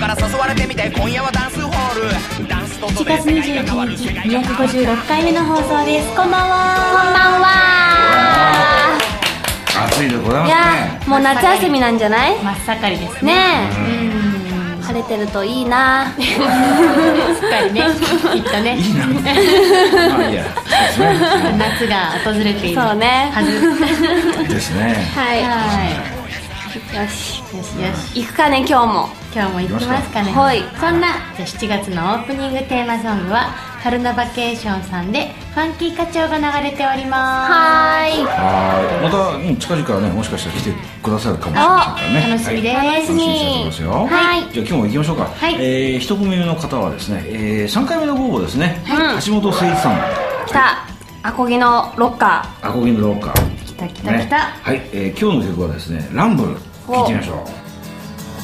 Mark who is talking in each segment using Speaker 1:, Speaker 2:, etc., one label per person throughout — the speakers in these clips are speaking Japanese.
Speaker 1: して今夜はダンスホールダンスと
Speaker 2: 7月21日256回目の放送ですこんばん
Speaker 3: こん
Speaker 2: は
Speaker 3: ばんは
Speaker 4: 暑いでござ
Speaker 3: い
Speaker 4: います
Speaker 3: や
Speaker 4: ね
Speaker 3: ーもう夏休みなんじゃない
Speaker 2: 真っ盛りですね
Speaker 3: ねえ晴れてるといいな
Speaker 2: すっか りねきっとね
Speaker 4: いいなまあいいやそう
Speaker 2: 夏が訪れている
Speaker 3: そうね
Speaker 2: はず
Speaker 4: ですねですね
Speaker 3: は
Speaker 2: はい
Speaker 3: よし
Speaker 2: いよしよし
Speaker 3: 行くかね今日も
Speaker 2: 今日も行きますかね
Speaker 3: はい
Speaker 2: そんなじゃあ7月のオープニングテーマソングは「春のバケーション」さんで「ファンキー課長」が流れております
Speaker 3: は
Speaker 4: はいまたうん近々ねもしかしたら来てくださるかもしれませんからね
Speaker 2: 楽しみです
Speaker 4: はい
Speaker 3: ーい
Speaker 4: 楽しみにしておりますよ
Speaker 3: はい
Speaker 4: じゃあ今日も行きましょうか、
Speaker 2: はい
Speaker 4: えー、一組目の方はですね、えー、3回目のご応募ですね、
Speaker 3: はい
Speaker 4: 橋本誠一さん
Speaker 3: 来たアコギのロッカ
Speaker 4: アコギのロッカー
Speaker 2: 来た来た
Speaker 4: ね
Speaker 2: 来た、
Speaker 4: はい、えー、今日の曲はですね「ランブル」
Speaker 3: お
Speaker 4: 聴いてみましょう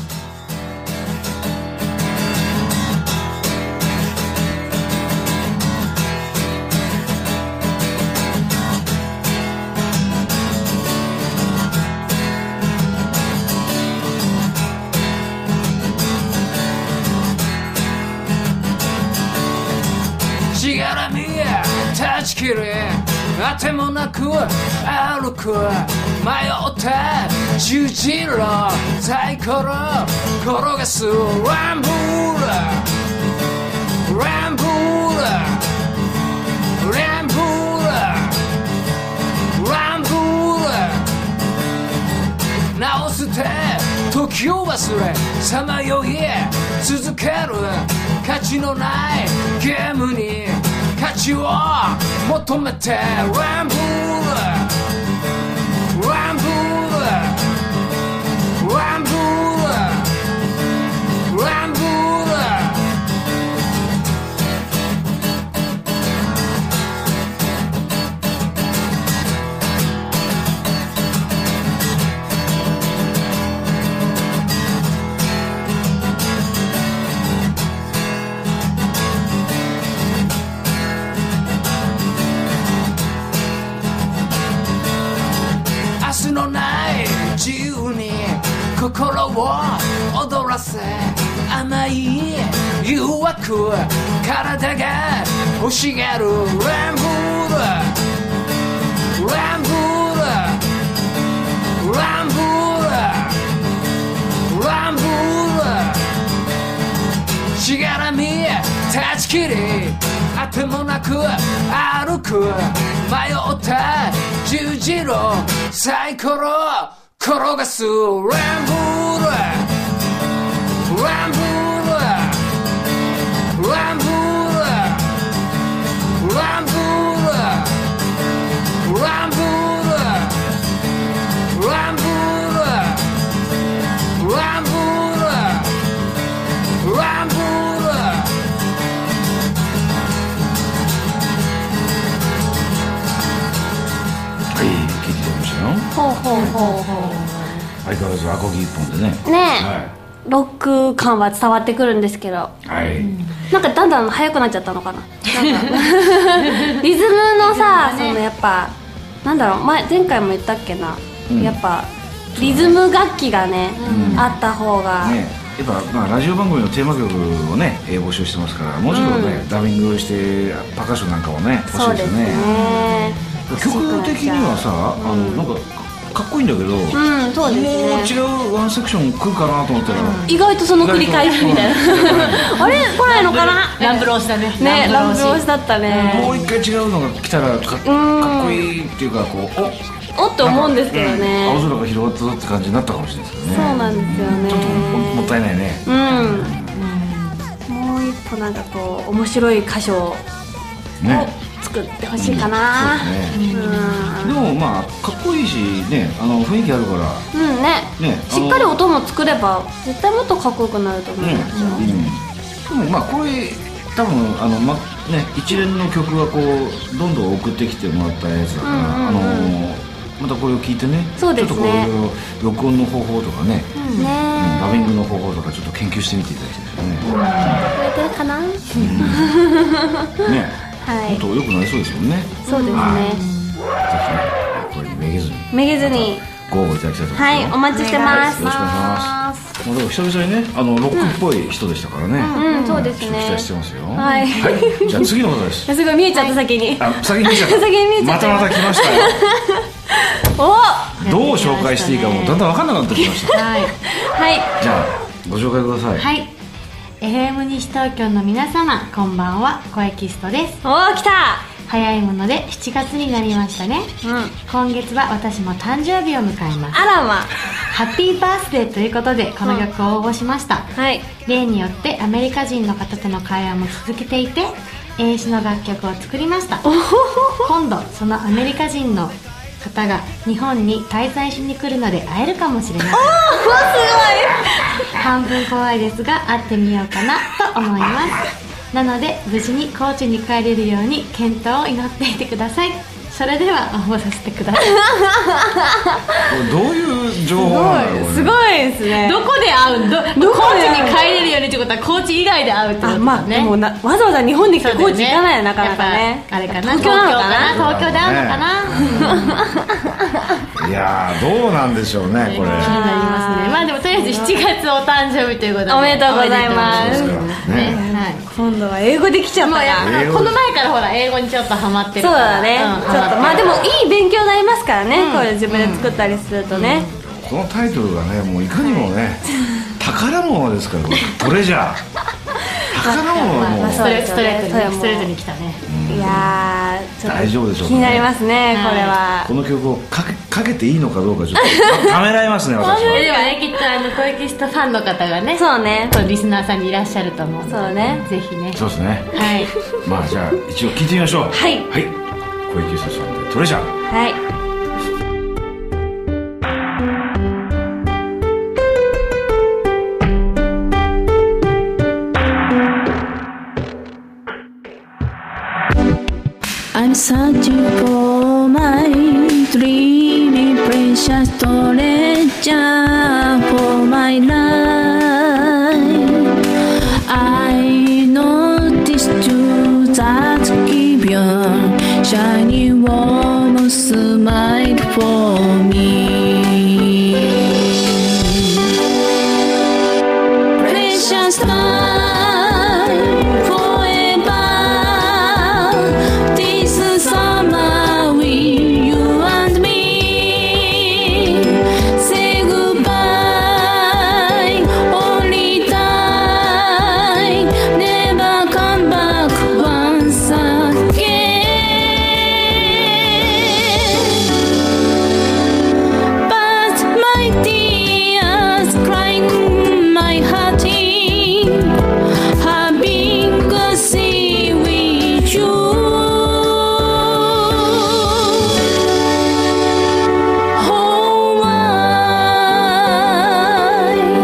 Speaker 5: しがらみや断ち切れあてもなく歩く迷った十字路サイコロ転がすランブルランブルランブルランブル直して時を忘れさまよい続ける価値のないゲームに価値を求めてランブルランブルランブルランブル明日のない自由に心を踊らせ甘い誘惑体が欲しがるランブルランブルランブルランブルしがらみ断ち切りあてもなく歩く迷った十字路サイコロ転がすランブルランブルランブルランブルランブルランブルランブルランブル
Speaker 4: はい聴いてみましたよ
Speaker 3: ーほうほうほうほ
Speaker 4: 相変わらずアコギ一本でね
Speaker 3: うねえロック感は伝わってくるんですけど
Speaker 4: はい、はい
Speaker 3: なんかだんだん速くなっちゃったのかな なんかリズムのさそのやっぱなんだろう前前回も言ったっけな、
Speaker 4: うん
Speaker 3: やっぱリズム楽器がね、あった方が、
Speaker 4: ね、やっぱ、まあ、ラジオ番組のテーマ曲をね、えー募集してますからもうちょっとね、ダビングしてパーカッションなんかもね欲し
Speaker 3: そ
Speaker 4: いうで
Speaker 3: ですす
Speaker 4: よね
Speaker 3: ね
Speaker 4: 曲的にはさ、あのなんかかかっこいいんだけど、
Speaker 3: うんそうです
Speaker 4: もう
Speaker 3: ね
Speaker 4: 違うワンセクション来るかなと思ったら、
Speaker 3: 意外とその繰り返しみたいなあれ来ないのかな
Speaker 2: ランブル押しだね
Speaker 3: ねランブル押
Speaker 2: 押
Speaker 3: しだった
Speaker 4: もう
Speaker 3: ね
Speaker 4: 一回違うのが来たらかかっこいいっていうかこうお
Speaker 3: おって思うんですけどね
Speaker 4: 青空が広がったぞって感じになったかもしれないですけどね
Speaker 3: そうなんですよね
Speaker 4: もったいないね
Speaker 3: うんもう一歩なんかこう面白い箇所を
Speaker 4: ね
Speaker 3: 作ってほしいかな
Speaker 4: そうですね、
Speaker 3: う
Speaker 4: でもまあかっこいいしねあの雰囲気あるから
Speaker 3: んうんね
Speaker 4: ね
Speaker 3: しっかり音も作れば絶対もっとかっこよくなると思う
Speaker 4: うん、でもまあこれ多分あの、まね、一連の曲はこうどんどん送ってきてもらったやつだか
Speaker 3: う
Speaker 4: ら、
Speaker 3: んうんうん
Speaker 4: あのまたこれを聞いてね
Speaker 3: そうですね
Speaker 4: ちょっとこういろいろ録音の方法とかね、うんラ
Speaker 3: ね
Speaker 4: ビングの方法とかちょっと研究してみていただきたい
Speaker 3: え聞こえてるかな
Speaker 4: ですよねね
Speaker 3: は
Speaker 4: もっ
Speaker 3: い
Speaker 4: と良くなりそうですもんねぜ
Speaker 3: そうですね
Speaker 4: ひねこれにめげずに
Speaker 3: めげずに
Speaker 4: ご応募いただきたいと思いますよ
Speaker 3: はいお待ちしてます
Speaker 4: よろしくお願いしますまあでも久々にねあのロックっぽい人でしたからね、
Speaker 3: うん、そうです
Speaker 4: ちょっと期
Speaker 3: ね
Speaker 4: 待してますよ
Speaker 3: はい
Speaker 4: はい、じゃあ次の方です
Speaker 3: いやすごい見えちゃった先に、
Speaker 4: あ先に見ちゃった
Speaker 3: 先に見ちゃった
Speaker 4: またまた来ましたよ
Speaker 3: おは
Speaker 4: どう紹介していいかもうだんだん分かんなくなってきました
Speaker 2: はい
Speaker 3: い
Speaker 4: じゃあご紹介ください、
Speaker 2: はい FM 西東京の皆様こんばんは声キストです
Speaker 3: おー来た
Speaker 2: 早いもので7月になりましたね、
Speaker 3: うん
Speaker 2: 今月は私も誕生日を迎えます
Speaker 3: あらま
Speaker 2: ハッピーバースデーということでこの曲を応募しました、
Speaker 3: はい
Speaker 2: 例によってアメリカ人の方との会話も続けていて英詞の楽曲を作りました今度そのアメリカ人の方が日本に滞在しに来るので会えるかもしれない半分怖いですが会ってみようかなと思いますなので無事に高知に帰れるように健闘を祈っていてくださいそれでは応募させてくださ い
Speaker 4: これどういう情報なんだろう
Speaker 3: すごいですね
Speaker 2: どこで会うんど高知に帰れるようにってことは高知以外で会うってこと
Speaker 3: あ
Speaker 2: だ
Speaker 3: まあ
Speaker 2: ね
Speaker 3: でもなわざわざ日本に来て高知行かないよなかなか
Speaker 2: や
Speaker 3: ね
Speaker 2: っぱあれかな
Speaker 3: 東京なのかな
Speaker 2: 東京で会うのかな、
Speaker 4: いやーどうなんでしょうね
Speaker 2: 気に
Speaker 4: これ
Speaker 2: なりますねまあでもとりあえず7月お誕生日ということで
Speaker 3: おめでとうございます
Speaker 2: おめでとうございますね
Speaker 4: ね
Speaker 2: はい
Speaker 3: 今度は英語できちゃった
Speaker 2: もう
Speaker 3: ら
Speaker 2: やっ
Speaker 4: 英
Speaker 2: ぱ
Speaker 4: 語
Speaker 2: この前からほら英語にちょっとハマってる
Speaker 3: そう
Speaker 2: から
Speaker 3: だね、
Speaker 2: ん
Speaker 3: ちょっとまあでもいい勉強になりますからね、これ自分で作ったりするとね、
Speaker 4: このタイトルがねもういかにもね宝物ですからこれトレジャー宝物はも
Speaker 3: まあ
Speaker 4: う
Speaker 2: ストレートストレートに
Speaker 3: そうよ
Speaker 2: ねストレートに来たね
Speaker 3: いやーちょっと
Speaker 4: 大丈夫でしょうかね
Speaker 3: 気になりますね、
Speaker 2: はい
Speaker 3: これは
Speaker 4: この曲をかけかけていいのかどうかちょっとためらいますね私
Speaker 2: それ
Speaker 4: は
Speaker 2: ではねきっとあの小池ストファンの方がね
Speaker 3: そうね
Speaker 2: そうリスナーさんにいらっしゃると思うので
Speaker 3: そうね
Speaker 2: ぜひね
Speaker 4: そうですね
Speaker 2: はい
Speaker 4: まあじゃあ一応聞いてみましょう
Speaker 3: はい
Speaker 4: はい小池久志さんでトレジャー
Speaker 3: はい
Speaker 6: I'm searching for my dreamy precious treasure for my life. I noticed you that give your shiny warm smile for me precious time forever. This summer we, you and me, say goodbye. Only time, never come back once again. But my tears crying my heart in having a sea with you Oh why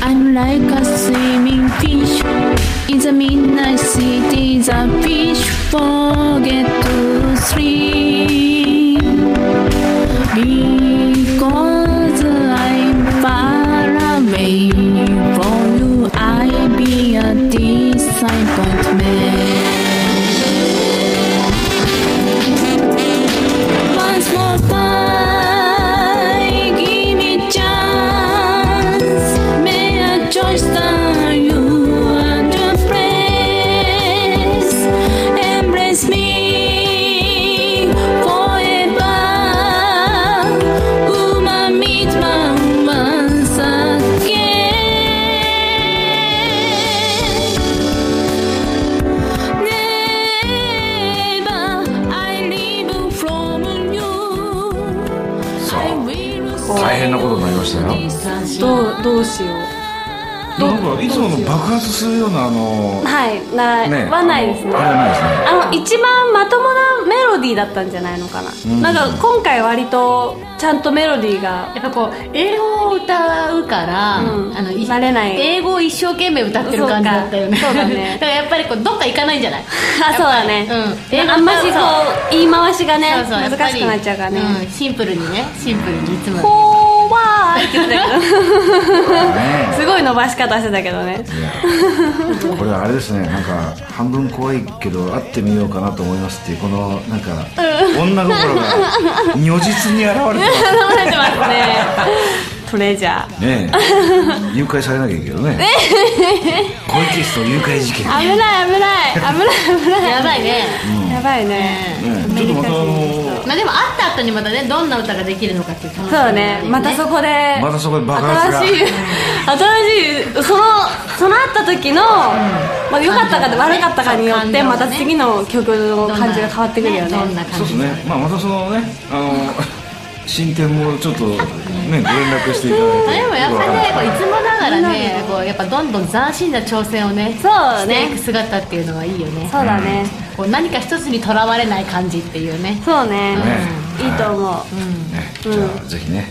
Speaker 6: I'm like a swimming fish in the midnight city. The fish forget to swim because I'm far away from you. I be a disappointment once more by. Give me chance. May I choice that you and your friends. Embrace me forever. Woman, meet man once again. Never I live from you.
Speaker 4: さ
Speaker 6: I
Speaker 4: あ
Speaker 6: will
Speaker 4: 大変なことになりましたよ
Speaker 6: stay.
Speaker 3: どうどうしよう
Speaker 4: なんかいつもの爆発するようなあの
Speaker 3: はいない、
Speaker 4: ね
Speaker 3: はないですね
Speaker 4: あれはないですね
Speaker 3: あの一番まともなメロディーだったんじゃないのかな、
Speaker 4: ん
Speaker 3: なんか今回割とちゃんとメロディーが
Speaker 2: やっぱこう英語を歌うから、
Speaker 3: うん
Speaker 2: あの
Speaker 3: 慣れない
Speaker 2: 英語を一生懸命歌ってる感じだったよね
Speaker 3: そう かそうだね
Speaker 2: からやっぱりこうどっか行かないんじゃない
Speaker 3: あそうだね、
Speaker 2: うん
Speaker 3: であんましこう言い回しがね
Speaker 2: そうそうやっぱ
Speaker 3: 難し
Speaker 2: り
Speaker 3: くなっちゃうからね、
Speaker 2: んシンプルにねシンプルにいつも
Speaker 3: 怖いって言ってたけど
Speaker 4: ね
Speaker 3: すごい伸ばし方してたけどね
Speaker 4: いやこれはあれですねなんか半分怖いけど会ってみようかなと思いますっていうこのなんか女心が如実に現れてます
Speaker 3: 頼まれてますね トレジャー
Speaker 4: ねえ誘拐されなきゃいいけどね小池氏と誘拐事件ね
Speaker 3: 危ない危ない危ない危ない
Speaker 2: やばいね、
Speaker 3: やばいね
Speaker 4: えちょっとまたあの
Speaker 2: まあでも会った後にまたねどんな歌ができるのかっていう楽しみ
Speaker 3: そうだねまたそこで
Speaker 4: またそこで爆発が
Speaker 3: 新しい新しいそのそのあった時の、まあ、良かったか悪かったかによってまた次の曲の感じが変わってくるよね
Speaker 2: どんな
Speaker 4: そう
Speaker 2: 感
Speaker 4: で
Speaker 2: じ
Speaker 4: すねまあまたそのねあの進展もちょっとねご連絡していただいて
Speaker 2: でもやっぱ
Speaker 4: よくわ
Speaker 2: ね
Speaker 4: か
Speaker 2: こう
Speaker 4: んない
Speaker 2: いつもながらねこうやっぱどんどん斬新な挑戦をね
Speaker 3: そうだ
Speaker 2: していく
Speaker 3: ね
Speaker 2: 姿っていうのはいいよね
Speaker 3: そうだね
Speaker 2: こう何か一つにとらわれない感じっていうね
Speaker 3: そうね
Speaker 4: ね
Speaker 3: いいと思
Speaker 4: ねじゃあぜひね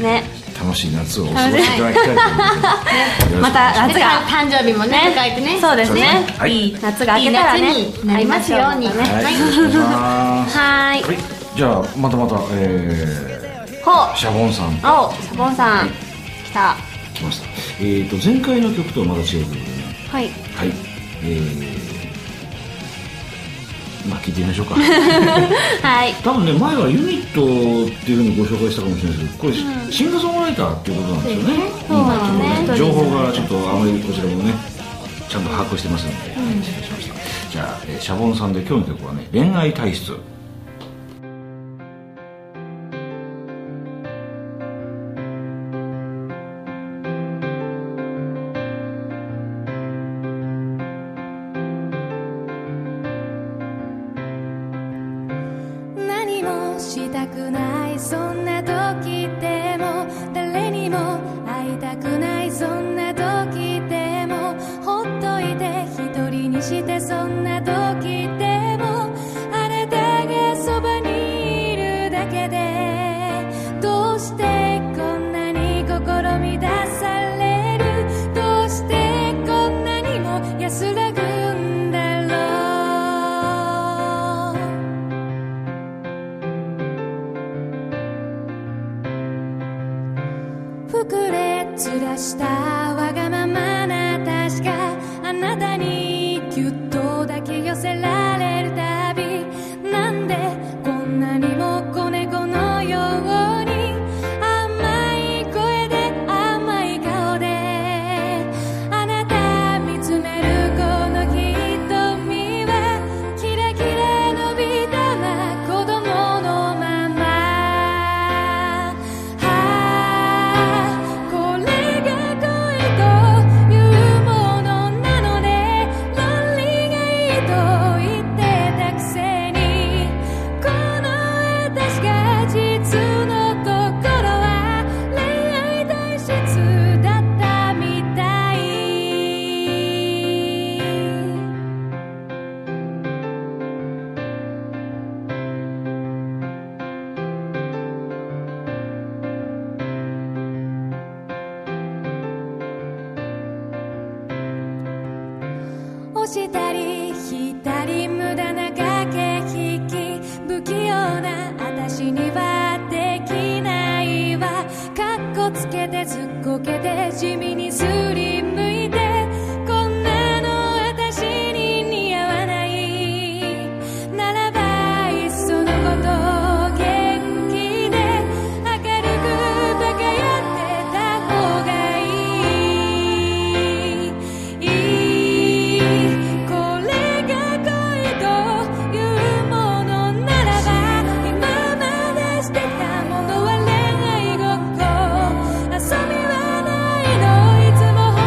Speaker 3: うね
Speaker 4: 楽しい夏をお過ごしいただきたいと思いますよろしくお願いし
Speaker 3: ま
Speaker 4: ます
Speaker 3: た夏
Speaker 2: で
Speaker 3: が
Speaker 2: 誕生日もね迎えてね
Speaker 3: そうですね
Speaker 4: はい
Speaker 2: い
Speaker 3: 夏が明けたらね
Speaker 2: いい夏になりますように
Speaker 3: 会いましょう
Speaker 4: はい
Speaker 2: はい
Speaker 4: よろしくお願いします
Speaker 3: はーい
Speaker 4: はいじゃあまたまたえ
Speaker 3: ほ
Speaker 4: ーシャボンさん
Speaker 3: う青シャボンさん来た
Speaker 4: 来ましたえーと前回の曲とはまた違うということでね
Speaker 3: はい
Speaker 4: はい、えー、まあ聞いてみましょうか
Speaker 3: はい
Speaker 4: 多分ね前はユニットっていうふうにご紹介したかもしれないですけどこれ、シンガーソングライターっていうことなんですよね
Speaker 3: そうなの
Speaker 4: 今ちょうど
Speaker 3: ね
Speaker 4: 情報がちょっとあまりこちらもねちゃんと把握してますので、失礼しましたじゃあ、えーシャボンさんで今日の曲はね「恋愛体質」
Speaker 6: 何もしたくないそんな時でも誰にも会いたくないそんな時でもほっといて一人にしてそんな時でもあなたがそばにいるだけでどうしてこんなに心乱されるどうしてこんなにも安らぐんだろう膨れ散らしたわがままな確かあなたにぎゅっと抱き寄せられるたびなんでこんなにも子猫のように甘い声で甘い顔であなた見つめるこの瞳はキラキラ伸びたら子供のまま「これが恋というものなので」「論理がいいと言ってたくせに」「この私が実のところは恋愛体質だったみたい」押したり引いたり無駄な駆け引き不器用な私にはできないわかっこつけてずっこけて地味にすりむいてこんなの私に似合わないならばいっそのこと元気で明るく輝ってた方がいい「これが恋というものならば」「今までしてたものは恋愛ごっこ」「遊びはないのいつも本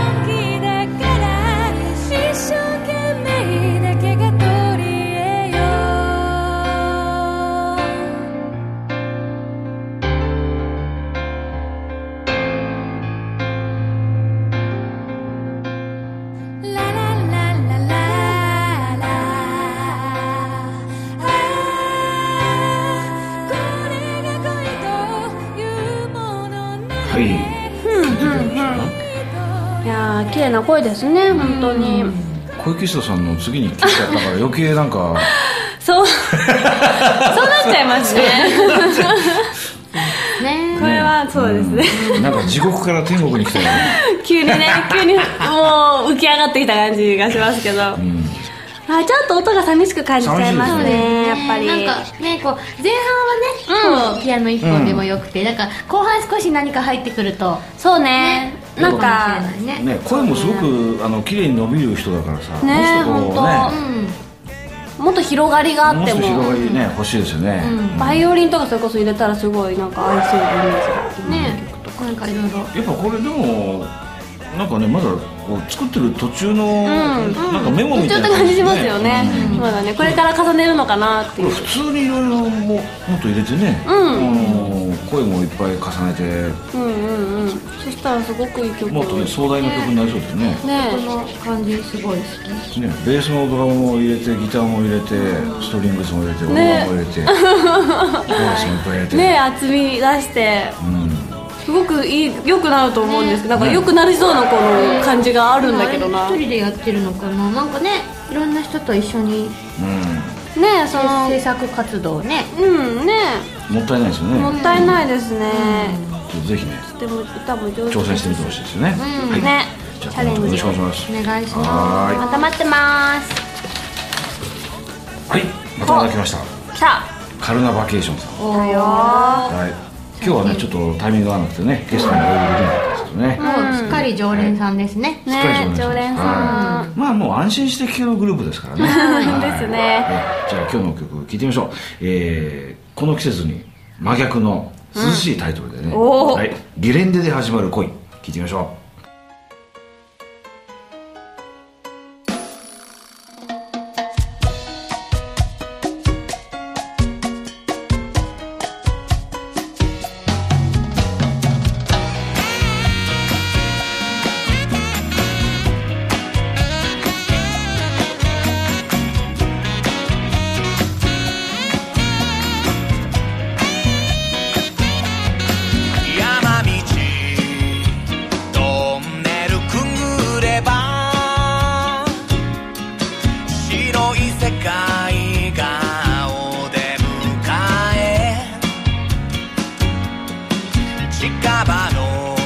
Speaker 3: 麗な声ですね本当に
Speaker 4: 小池久さんの次に来ちゃったから余計なんか
Speaker 3: そうそうなっちゃいますね
Speaker 2: ね
Speaker 3: これはそうですね
Speaker 4: なんか地獄から天国に来たよね
Speaker 3: 急にね急にもう浮き上がってきた感じがしますけど、あちょっと音が寂しく感じちゃいます
Speaker 4: 寂しい
Speaker 3: ねやっぱり
Speaker 2: なんかねこう前半はね、こうピアノ一本でもよくて、なんか後半少し何か入ってくると
Speaker 3: そうねなんか
Speaker 2: もしれないね
Speaker 4: ね声もすごくあの綺麗に伸びる人だからさ
Speaker 3: ね
Speaker 4: もうちょっとこ
Speaker 3: 本もっと広がりがあ
Speaker 4: う
Speaker 3: って
Speaker 4: ねもう
Speaker 3: も
Speaker 4: ちょっと広がりね欲しいですよね、
Speaker 3: バイオリンとかそれこそ入れたらすごいなんか合いそうなイメージが
Speaker 2: ねなんかいろいろ
Speaker 4: やっぱこれでもなんかねまだこう作ってる途中の、なんかメモみ
Speaker 3: ちょ
Speaker 4: たい
Speaker 3: っ
Speaker 4: な
Speaker 3: と感じしますよね
Speaker 4: うん、
Speaker 3: そうだねこれから重ねるのかなって
Speaker 4: こ
Speaker 3: い
Speaker 4: れ
Speaker 3: う
Speaker 4: 普通にいろいろももっと入れてね、あの声もいっぱい重ねて
Speaker 3: うんうんうんそしたらすごくいい曲
Speaker 4: もっとね壮大な曲になりそうですね
Speaker 2: こ
Speaker 3: ね
Speaker 2: の感じすごい好き
Speaker 4: ねベースもドラムも入れてギターも入れてストリングスも入れてオーバーも入れて、コーラスもいっぱい入れて、
Speaker 3: ね厚み出して
Speaker 4: うん、
Speaker 3: すごくいい良くなると思うんですけど、なんか良くなりそうなこの感じがあるんだけどな
Speaker 2: あれ
Speaker 3: ね
Speaker 2: 一人でやってるのかななんかねいろんな人と一緒に
Speaker 3: えその
Speaker 2: 制作活動をね
Speaker 3: うんね
Speaker 4: うん、もったいないですよね、
Speaker 3: えもったいないですね、
Speaker 4: ちょっとぜひね
Speaker 3: でも歌も上手
Speaker 4: 挑戦してみてほしいですよね、はい
Speaker 3: ね
Speaker 4: じゃあ
Speaker 3: チャレンジを
Speaker 4: よろしくお願いします
Speaker 2: お願いしま
Speaker 4: は
Speaker 3: また待ってます
Speaker 4: ーいはいまたいただきました
Speaker 3: 来た
Speaker 4: カルナバケーションさん
Speaker 2: すおよ
Speaker 4: はい、今日はねちょっとタイミングが合わなくてねゲストにお呼びできなかったですけどね、
Speaker 2: もうすっかり常連さんですね
Speaker 4: しっか
Speaker 3: ね
Speaker 4: り紹介します
Speaker 3: 常連さ
Speaker 4: はいまあもう安心して聴けるグループですからね はい
Speaker 3: ですね
Speaker 4: はいじゃあ今日の曲聴いてみましょう、えーこの季節に真逆の涼しいタイトルでね、
Speaker 3: おー
Speaker 4: はい、ゲレンデで始まる恋聴いてみましょう
Speaker 1: 山道トンネルくぐれば白い世界がお出迎え近場の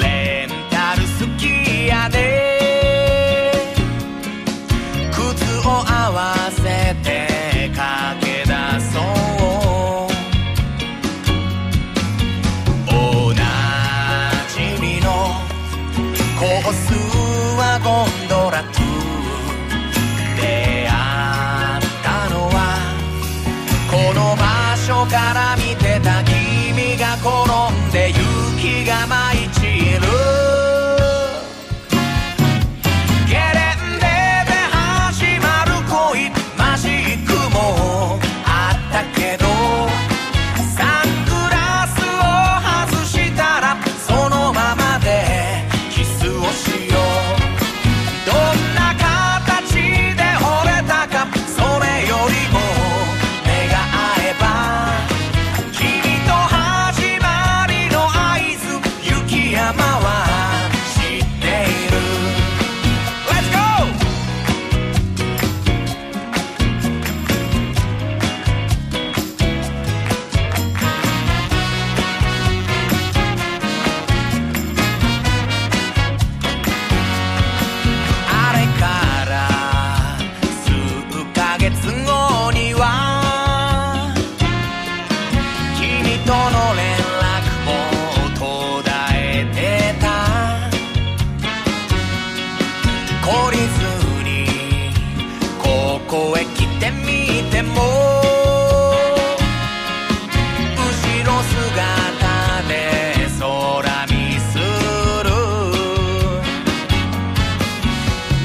Speaker 1: レンタルすき家で靴を合わせて駆け出そうおなじみのコースはゴンドラ2出会ったのはこの場所から見てた君が転んで雪が舞い散るゲレンデで始まる恋マジックもあったけどサングラスを外したらそのままでキスをしようどんな形で惚れたかそれよりも目が合えば君と始まりの合図雪山は知っている Let's go! あれから数ヶ月後には君との連絡も途絶えてた懲りずにここへ来てみても後ろ姿で空見する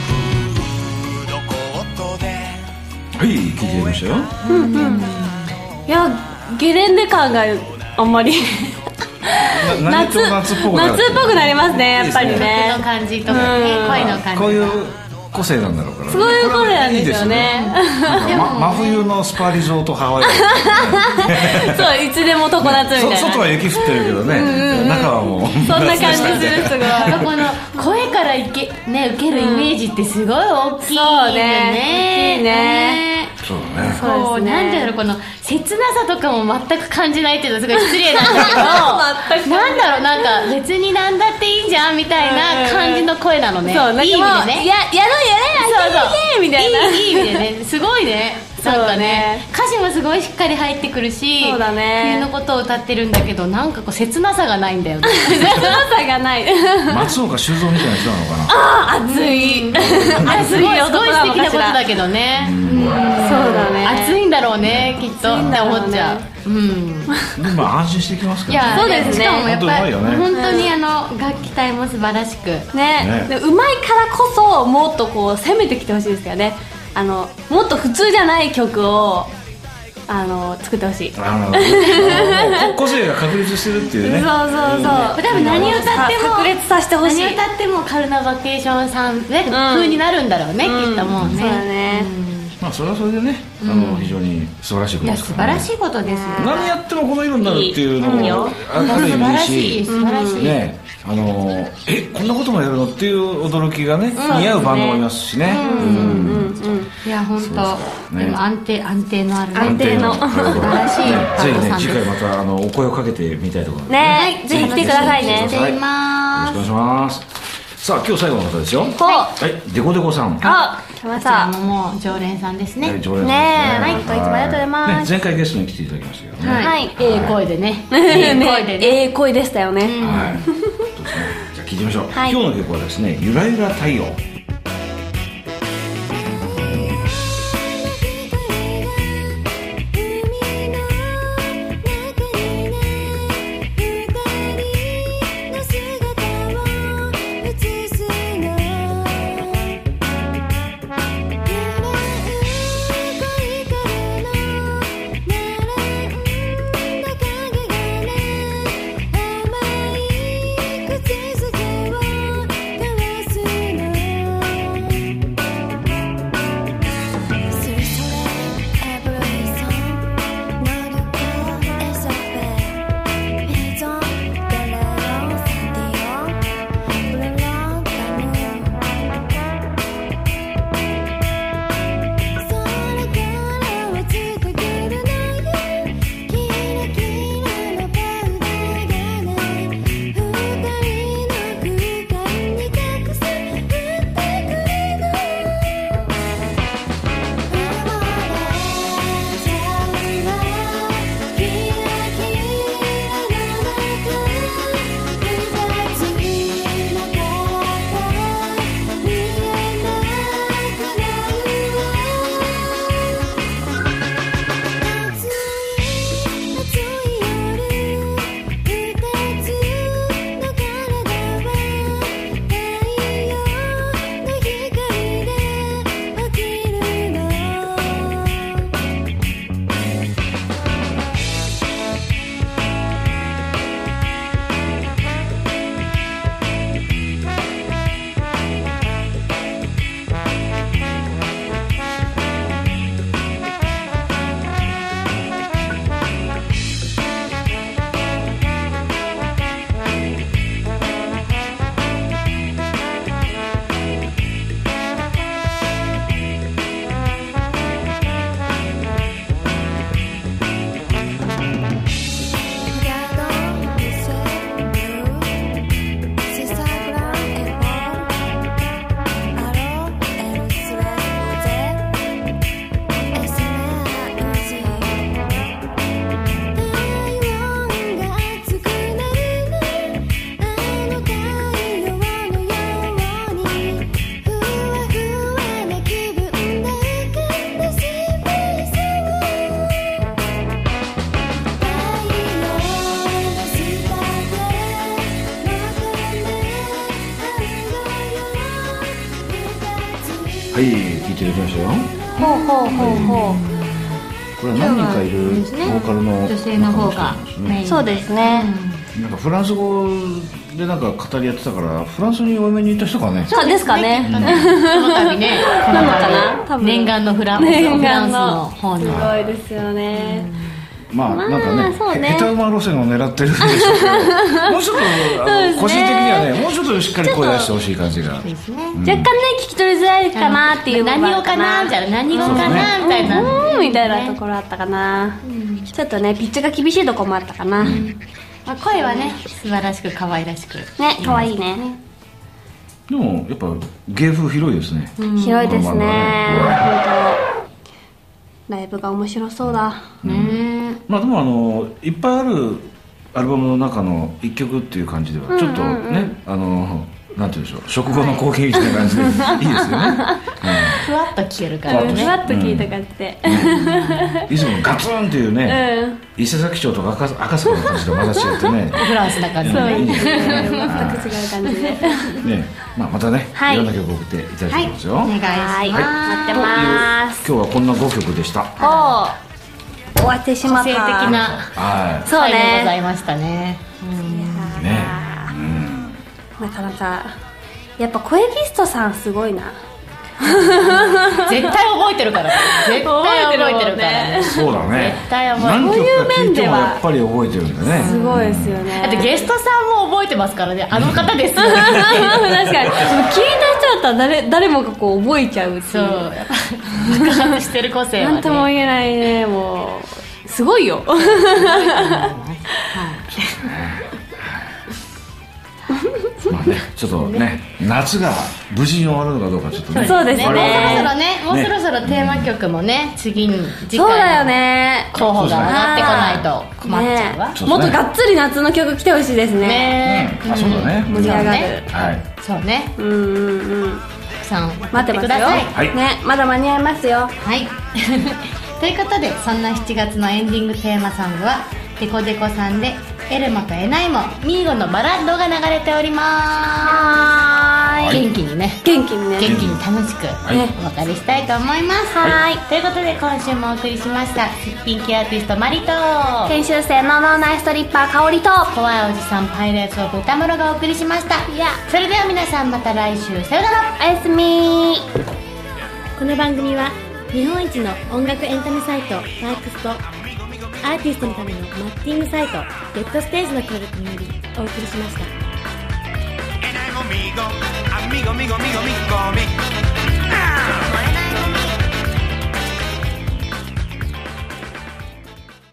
Speaker 1: フードコートで
Speaker 4: はい聴いてみましたよ
Speaker 3: んいやゲレンデ感があんまり
Speaker 4: な何
Speaker 3: 夏
Speaker 4: と夏っぽくなる
Speaker 3: 夏っぽくなりますねやっぱり
Speaker 4: いいです
Speaker 2: 手
Speaker 3: ね
Speaker 2: の感じとかね
Speaker 3: うん
Speaker 2: 声の感じ
Speaker 4: こういう
Speaker 7: 個性なんだろうから
Speaker 3: そういうことなんですよね
Speaker 7: なんかま、真冬のスパリゾート ハワイアン
Speaker 3: そういつでも常夏みたい
Speaker 7: そ
Speaker 3: な
Speaker 7: 外は雪降ってるけどね、中はもう
Speaker 3: そ んな感じするすごい
Speaker 2: なんかこの声からいけ、ね、受けるイメージってすごい大きいよね
Speaker 3: そうね大きいね
Speaker 7: そうだね
Speaker 2: そう
Speaker 3: ですね
Speaker 2: なんていうのこの切なさとかも全く感じないっていうのはすごい失礼なんだけ
Speaker 3: 全
Speaker 2: どなんだろうなんか別になんだっていいじゃんみたいな感じの声なのね
Speaker 3: そうなんかもう
Speaker 2: いい意味でね
Speaker 3: ややろうやれやってみてみたいない
Speaker 2: いい意味でねすごいね
Speaker 3: そう
Speaker 2: なん
Speaker 3: だね
Speaker 2: かね歌詞もすごいしっかり入ってくるし
Speaker 3: そうだね
Speaker 2: 冬のことを歌ってるんだけどなんかこう切なさがないんだよ ね
Speaker 3: 切なさがない
Speaker 7: 松岡修造みたいな人なのかな
Speaker 3: 熱い
Speaker 2: あれ
Speaker 3: 熱
Speaker 2: す
Speaker 3: い
Speaker 2: ごいす
Speaker 3: 男
Speaker 2: ごい
Speaker 3: な
Speaker 2: 素
Speaker 3: の
Speaker 2: 敵
Speaker 3: か
Speaker 2: なこ
Speaker 3: し
Speaker 2: と
Speaker 3: ら
Speaker 2: だけどね
Speaker 3: そうだね
Speaker 2: 暑いんだろうねきっとって思っちゃううん
Speaker 7: でも安心してきます
Speaker 2: い
Speaker 7: から
Speaker 2: や
Speaker 3: そうですね
Speaker 2: しかもやっぱ
Speaker 7: 本当う
Speaker 2: り
Speaker 7: まいよね
Speaker 2: 本当にあの楽器隊も素晴らしく
Speaker 3: ね
Speaker 7: ね
Speaker 3: でうまいからこそもっとこう攻めてきてほしいですよねあのもっと普通じゃない曲をあの作ってほしいそう
Speaker 7: あの個性が確立してるっていう
Speaker 3: そう
Speaker 7: ね
Speaker 3: そう
Speaker 2: 多分何歌っても
Speaker 3: さ炸裂させてほしい
Speaker 2: 何歌ってもカルナバケーションさんで風になるんだろうねきっともう
Speaker 3: そうだ
Speaker 2: ね
Speaker 3: ね
Speaker 7: まあそれはそれでねあの非常に素晴らしいこと
Speaker 2: いや
Speaker 7: です
Speaker 2: 素
Speaker 7: か
Speaker 2: 晴
Speaker 7: らね
Speaker 2: らしいことですよ
Speaker 7: 何やってもこの色になるっていうの
Speaker 3: いい
Speaker 7: も
Speaker 3: よ
Speaker 7: あある意
Speaker 2: 素晴ら
Speaker 7: 味
Speaker 2: し
Speaker 7: いいし
Speaker 2: い素晴らしい、
Speaker 7: ねあのえこんなこともやるのっていう驚きがね似合うバンドもいますしねうん
Speaker 2: いや本
Speaker 7: そう
Speaker 2: 当、
Speaker 7: ね
Speaker 2: でも安定安定のあるね
Speaker 3: 安定の
Speaker 7: 素晴
Speaker 2: らしい
Speaker 7: ぜひね
Speaker 2: バンドさんです
Speaker 7: 次回またあのお声をかけてみたいと思います
Speaker 3: ねぜひ来てくださいね
Speaker 7: ぜ
Speaker 2: していま
Speaker 7: よろしくお願いしますさあ今日最後の方ですよ
Speaker 3: ほう
Speaker 7: はいデコデコさん
Speaker 3: あ来ま
Speaker 2: こ
Speaker 3: し
Speaker 2: ちら
Speaker 3: た
Speaker 2: ももう常連さんです
Speaker 7: はい
Speaker 2: ね
Speaker 7: 常連さんですね
Speaker 3: ねはいいつもありがとうございます
Speaker 7: ね前回ゲストに来ていただきましたけどね
Speaker 3: はい
Speaker 2: ええ声でねええ声で
Speaker 3: ね
Speaker 2: ね
Speaker 3: ええ声でしたよね
Speaker 7: はい。そうですね。じゃあ聞いてみましょう。
Speaker 3: はい
Speaker 7: 今日の曲はですね、ゆらゆら太陽。はい、聞いていただきましたよ。
Speaker 3: ほうほうほうほう
Speaker 4: これは何人かい
Speaker 2: そう
Speaker 4: るボ
Speaker 2: ですね
Speaker 4: ーカルの
Speaker 2: 女性の方が
Speaker 4: 中の人ですね
Speaker 2: メイン
Speaker 3: そうですね、
Speaker 4: なんかフランス語でなんか語りやってたからフランスにお嫁に行った人かね
Speaker 3: そうですかね
Speaker 2: この度ね
Speaker 3: なのかな多分
Speaker 2: 念願のフランス
Speaker 3: 念
Speaker 2: フラン
Speaker 3: 願
Speaker 2: スの
Speaker 3: の
Speaker 2: 方に
Speaker 3: すごいですよね、
Speaker 4: まあ
Speaker 3: まあ
Speaker 4: なんか
Speaker 3: そう
Speaker 4: ね
Speaker 3: ね
Speaker 4: へ下手馬路線を狙ってるんでしょうけどもうちょっとあの
Speaker 3: そうですね
Speaker 4: 個人的にはねもうちょっとしっかり声出してほしい感じが
Speaker 2: ですね
Speaker 3: 若干ね聞き取りづらいかなっていう部分
Speaker 2: 何
Speaker 3: は
Speaker 2: 語
Speaker 3: あるか
Speaker 2: かな
Speaker 3: な
Speaker 2: みたいな何語かなみたいな
Speaker 3: うんみたいなところあったかな、ちょっとねピッチが厳しいとこもあったかな、ね
Speaker 2: まあ声はね素晴らしく可愛らしく
Speaker 3: 可愛いね、
Speaker 4: でもやっぱ芸風広いですね
Speaker 3: 広いです
Speaker 4: こ
Speaker 3: ね
Speaker 4: のバンドね
Speaker 3: 本当ライブが面白そうだ
Speaker 2: ね
Speaker 4: まあでもあのいっぱいあるアルバムの中の一曲っていう感じではちょっとねあのなんて言うんでしょう食後の光景みたいな感じでいいですよね
Speaker 2: ふわっと消える
Speaker 3: ふ
Speaker 2: から
Speaker 3: わ
Speaker 4: う
Speaker 2: ね
Speaker 4: ん
Speaker 3: っと聞いた感じで、
Speaker 4: いつもガツンっていうね伊勢崎町とか赤赤坂の感じとまだ違ってね
Speaker 2: フランスな感じで
Speaker 4: うんいい
Speaker 2: ね
Speaker 4: ですよ
Speaker 3: 全
Speaker 4: ね
Speaker 3: く違う感じで
Speaker 4: ねまあまたね
Speaker 3: はい
Speaker 4: いろんな曲送っていただ
Speaker 2: はい
Speaker 4: きますよ
Speaker 2: お願いし
Speaker 3: はい
Speaker 2: ます
Speaker 3: 待ってます
Speaker 4: 今日はこんな5曲でした
Speaker 3: おお終わってしまっ
Speaker 2: 個性
Speaker 3: た
Speaker 2: 的な
Speaker 4: は
Speaker 3: そう
Speaker 2: 回でござ
Speaker 3: ね
Speaker 2: いましたね
Speaker 4: いね
Speaker 3: なかなかやっぱ声ギストさんすごいな
Speaker 2: 絶対覚えてるから絶対覚えてるからね
Speaker 4: そうだね
Speaker 2: 絶対覚え
Speaker 4: 何曲か
Speaker 3: そうい
Speaker 4: 聴
Speaker 3: う面
Speaker 4: いて
Speaker 3: で
Speaker 4: も
Speaker 3: は
Speaker 4: やっぱり覚えてるんだね
Speaker 3: すごいですよね
Speaker 2: だってゲストさんも覚えてますからねあの方です
Speaker 3: 確かにでも聞いた人だったら誰誰もがこう覚えちゃうって
Speaker 2: そう
Speaker 3: いう
Speaker 2: やっぱ爆発してる個性は
Speaker 3: 何
Speaker 2: ね
Speaker 3: とも言えないねもうすごいよ
Speaker 4: まあねちょっとね夏が無事に終わるのかどうかちょっとね
Speaker 3: そうですね
Speaker 4: 我々
Speaker 2: そろそ
Speaker 4: も
Speaker 2: ろねもうそろそろテーマ曲もね次に次
Speaker 3: そうだよ
Speaker 2: 回の
Speaker 3: ね
Speaker 2: 候補が上がってこないと困っちゃうわ
Speaker 3: ね
Speaker 4: ちょっ
Speaker 3: も
Speaker 4: と
Speaker 3: っ
Speaker 4: ね
Speaker 3: とがっつり夏の曲来てほしいですね
Speaker 2: ね
Speaker 4: うんあそうだね
Speaker 3: 盛り上がる
Speaker 4: はい
Speaker 2: そうね
Speaker 3: うんうんうん
Speaker 2: たくさん
Speaker 3: 待って
Speaker 2: く
Speaker 3: ます
Speaker 2: だ
Speaker 3: よ、
Speaker 2: さい
Speaker 4: はい
Speaker 3: ねまだ間に合いますよ
Speaker 2: はい ということでそんな7月のエンディングテーマソングはデコデコさんで「エルモとエナイモミーゴのバラッド」が流れております元気にね
Speaker 3: 元気にね
Speaker 2: 元気に楽しくお別れしたいと思います
Speaker 3: はい
Speaker 2: ということで今週もお送りしましたすっぴん系アーティストマリと
Speaker 3: 研修生の脳内ストリッパー香りと
Speaker 2: 怖いおじさんパイレーツを豚ロがお送りしました
Speaker 3: いや
Speaker 2: それでは皆さんまた来週さよなら
Speaker 3: おやすみ
Speaker 8: この番組は日本一の音楽エンタメサイトワークスとアーティストのためのマッチングサイトゲットステージの協力によりお送りしました
Speaker 1: えないもみごあみごみごみごみごみ